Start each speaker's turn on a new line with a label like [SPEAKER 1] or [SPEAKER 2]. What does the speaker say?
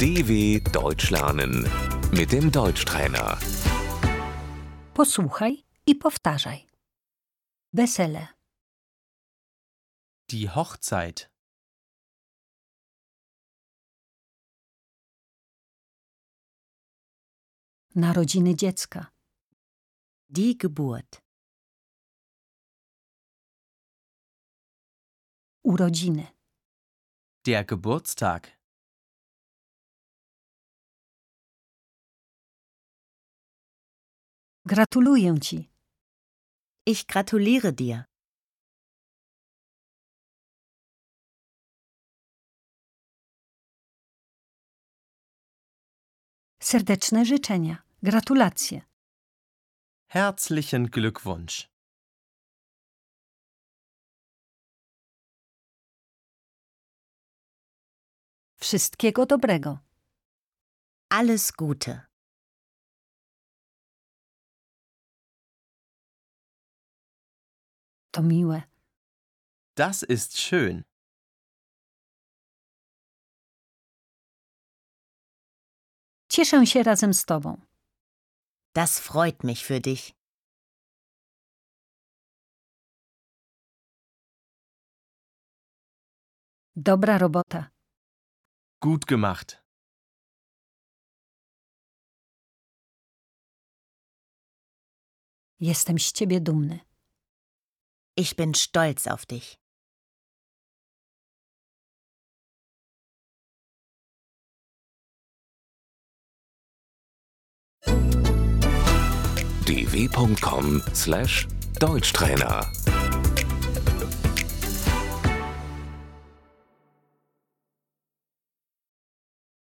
[SPEAKER 1] DW Deutsch lernen mit dem Deutschtrainer.
[SPEAKER 2] Posłuchaj i powtarzaj. Wesele,
[SPEAKER 3] Die Hochzeit.
[SPEAKER 2] narodziny dziecka,
[SPEAKER 4] Die Geburt.
[SPEAKER 2] urodziny,
[SPEAKER 3] Der Geburtstag.
[SPEAKER 2] gratuluję ci,
[SPEAKER 4] Ich gratuliere dir.
[SPEAKER 2] serdeczne życzenia, gratulacje.
[SPEAKER 3] Herzlichen Glückwunsch.
[SPEAKER 2] Wszystkiego dobrego.
[SPEAKER 4] Alles Gute.
[SPEAKER 2] To miłe.
[SPEAKER 3] Das ist schön.
[SPEAKER 2] Cieszę się razem z tobą.
[SPEAKER 4] Das freut mich für dich.
[SPEAKER 2] Dobra robota.
[SPEAKER 3] Gut gemacht.
[SPEAKER 2] Jestem z ciebie dumny.
[SPEAKER 4] Ich bin stolz auf dich.
[SPEAKER 1] dw.com/deutschtrainer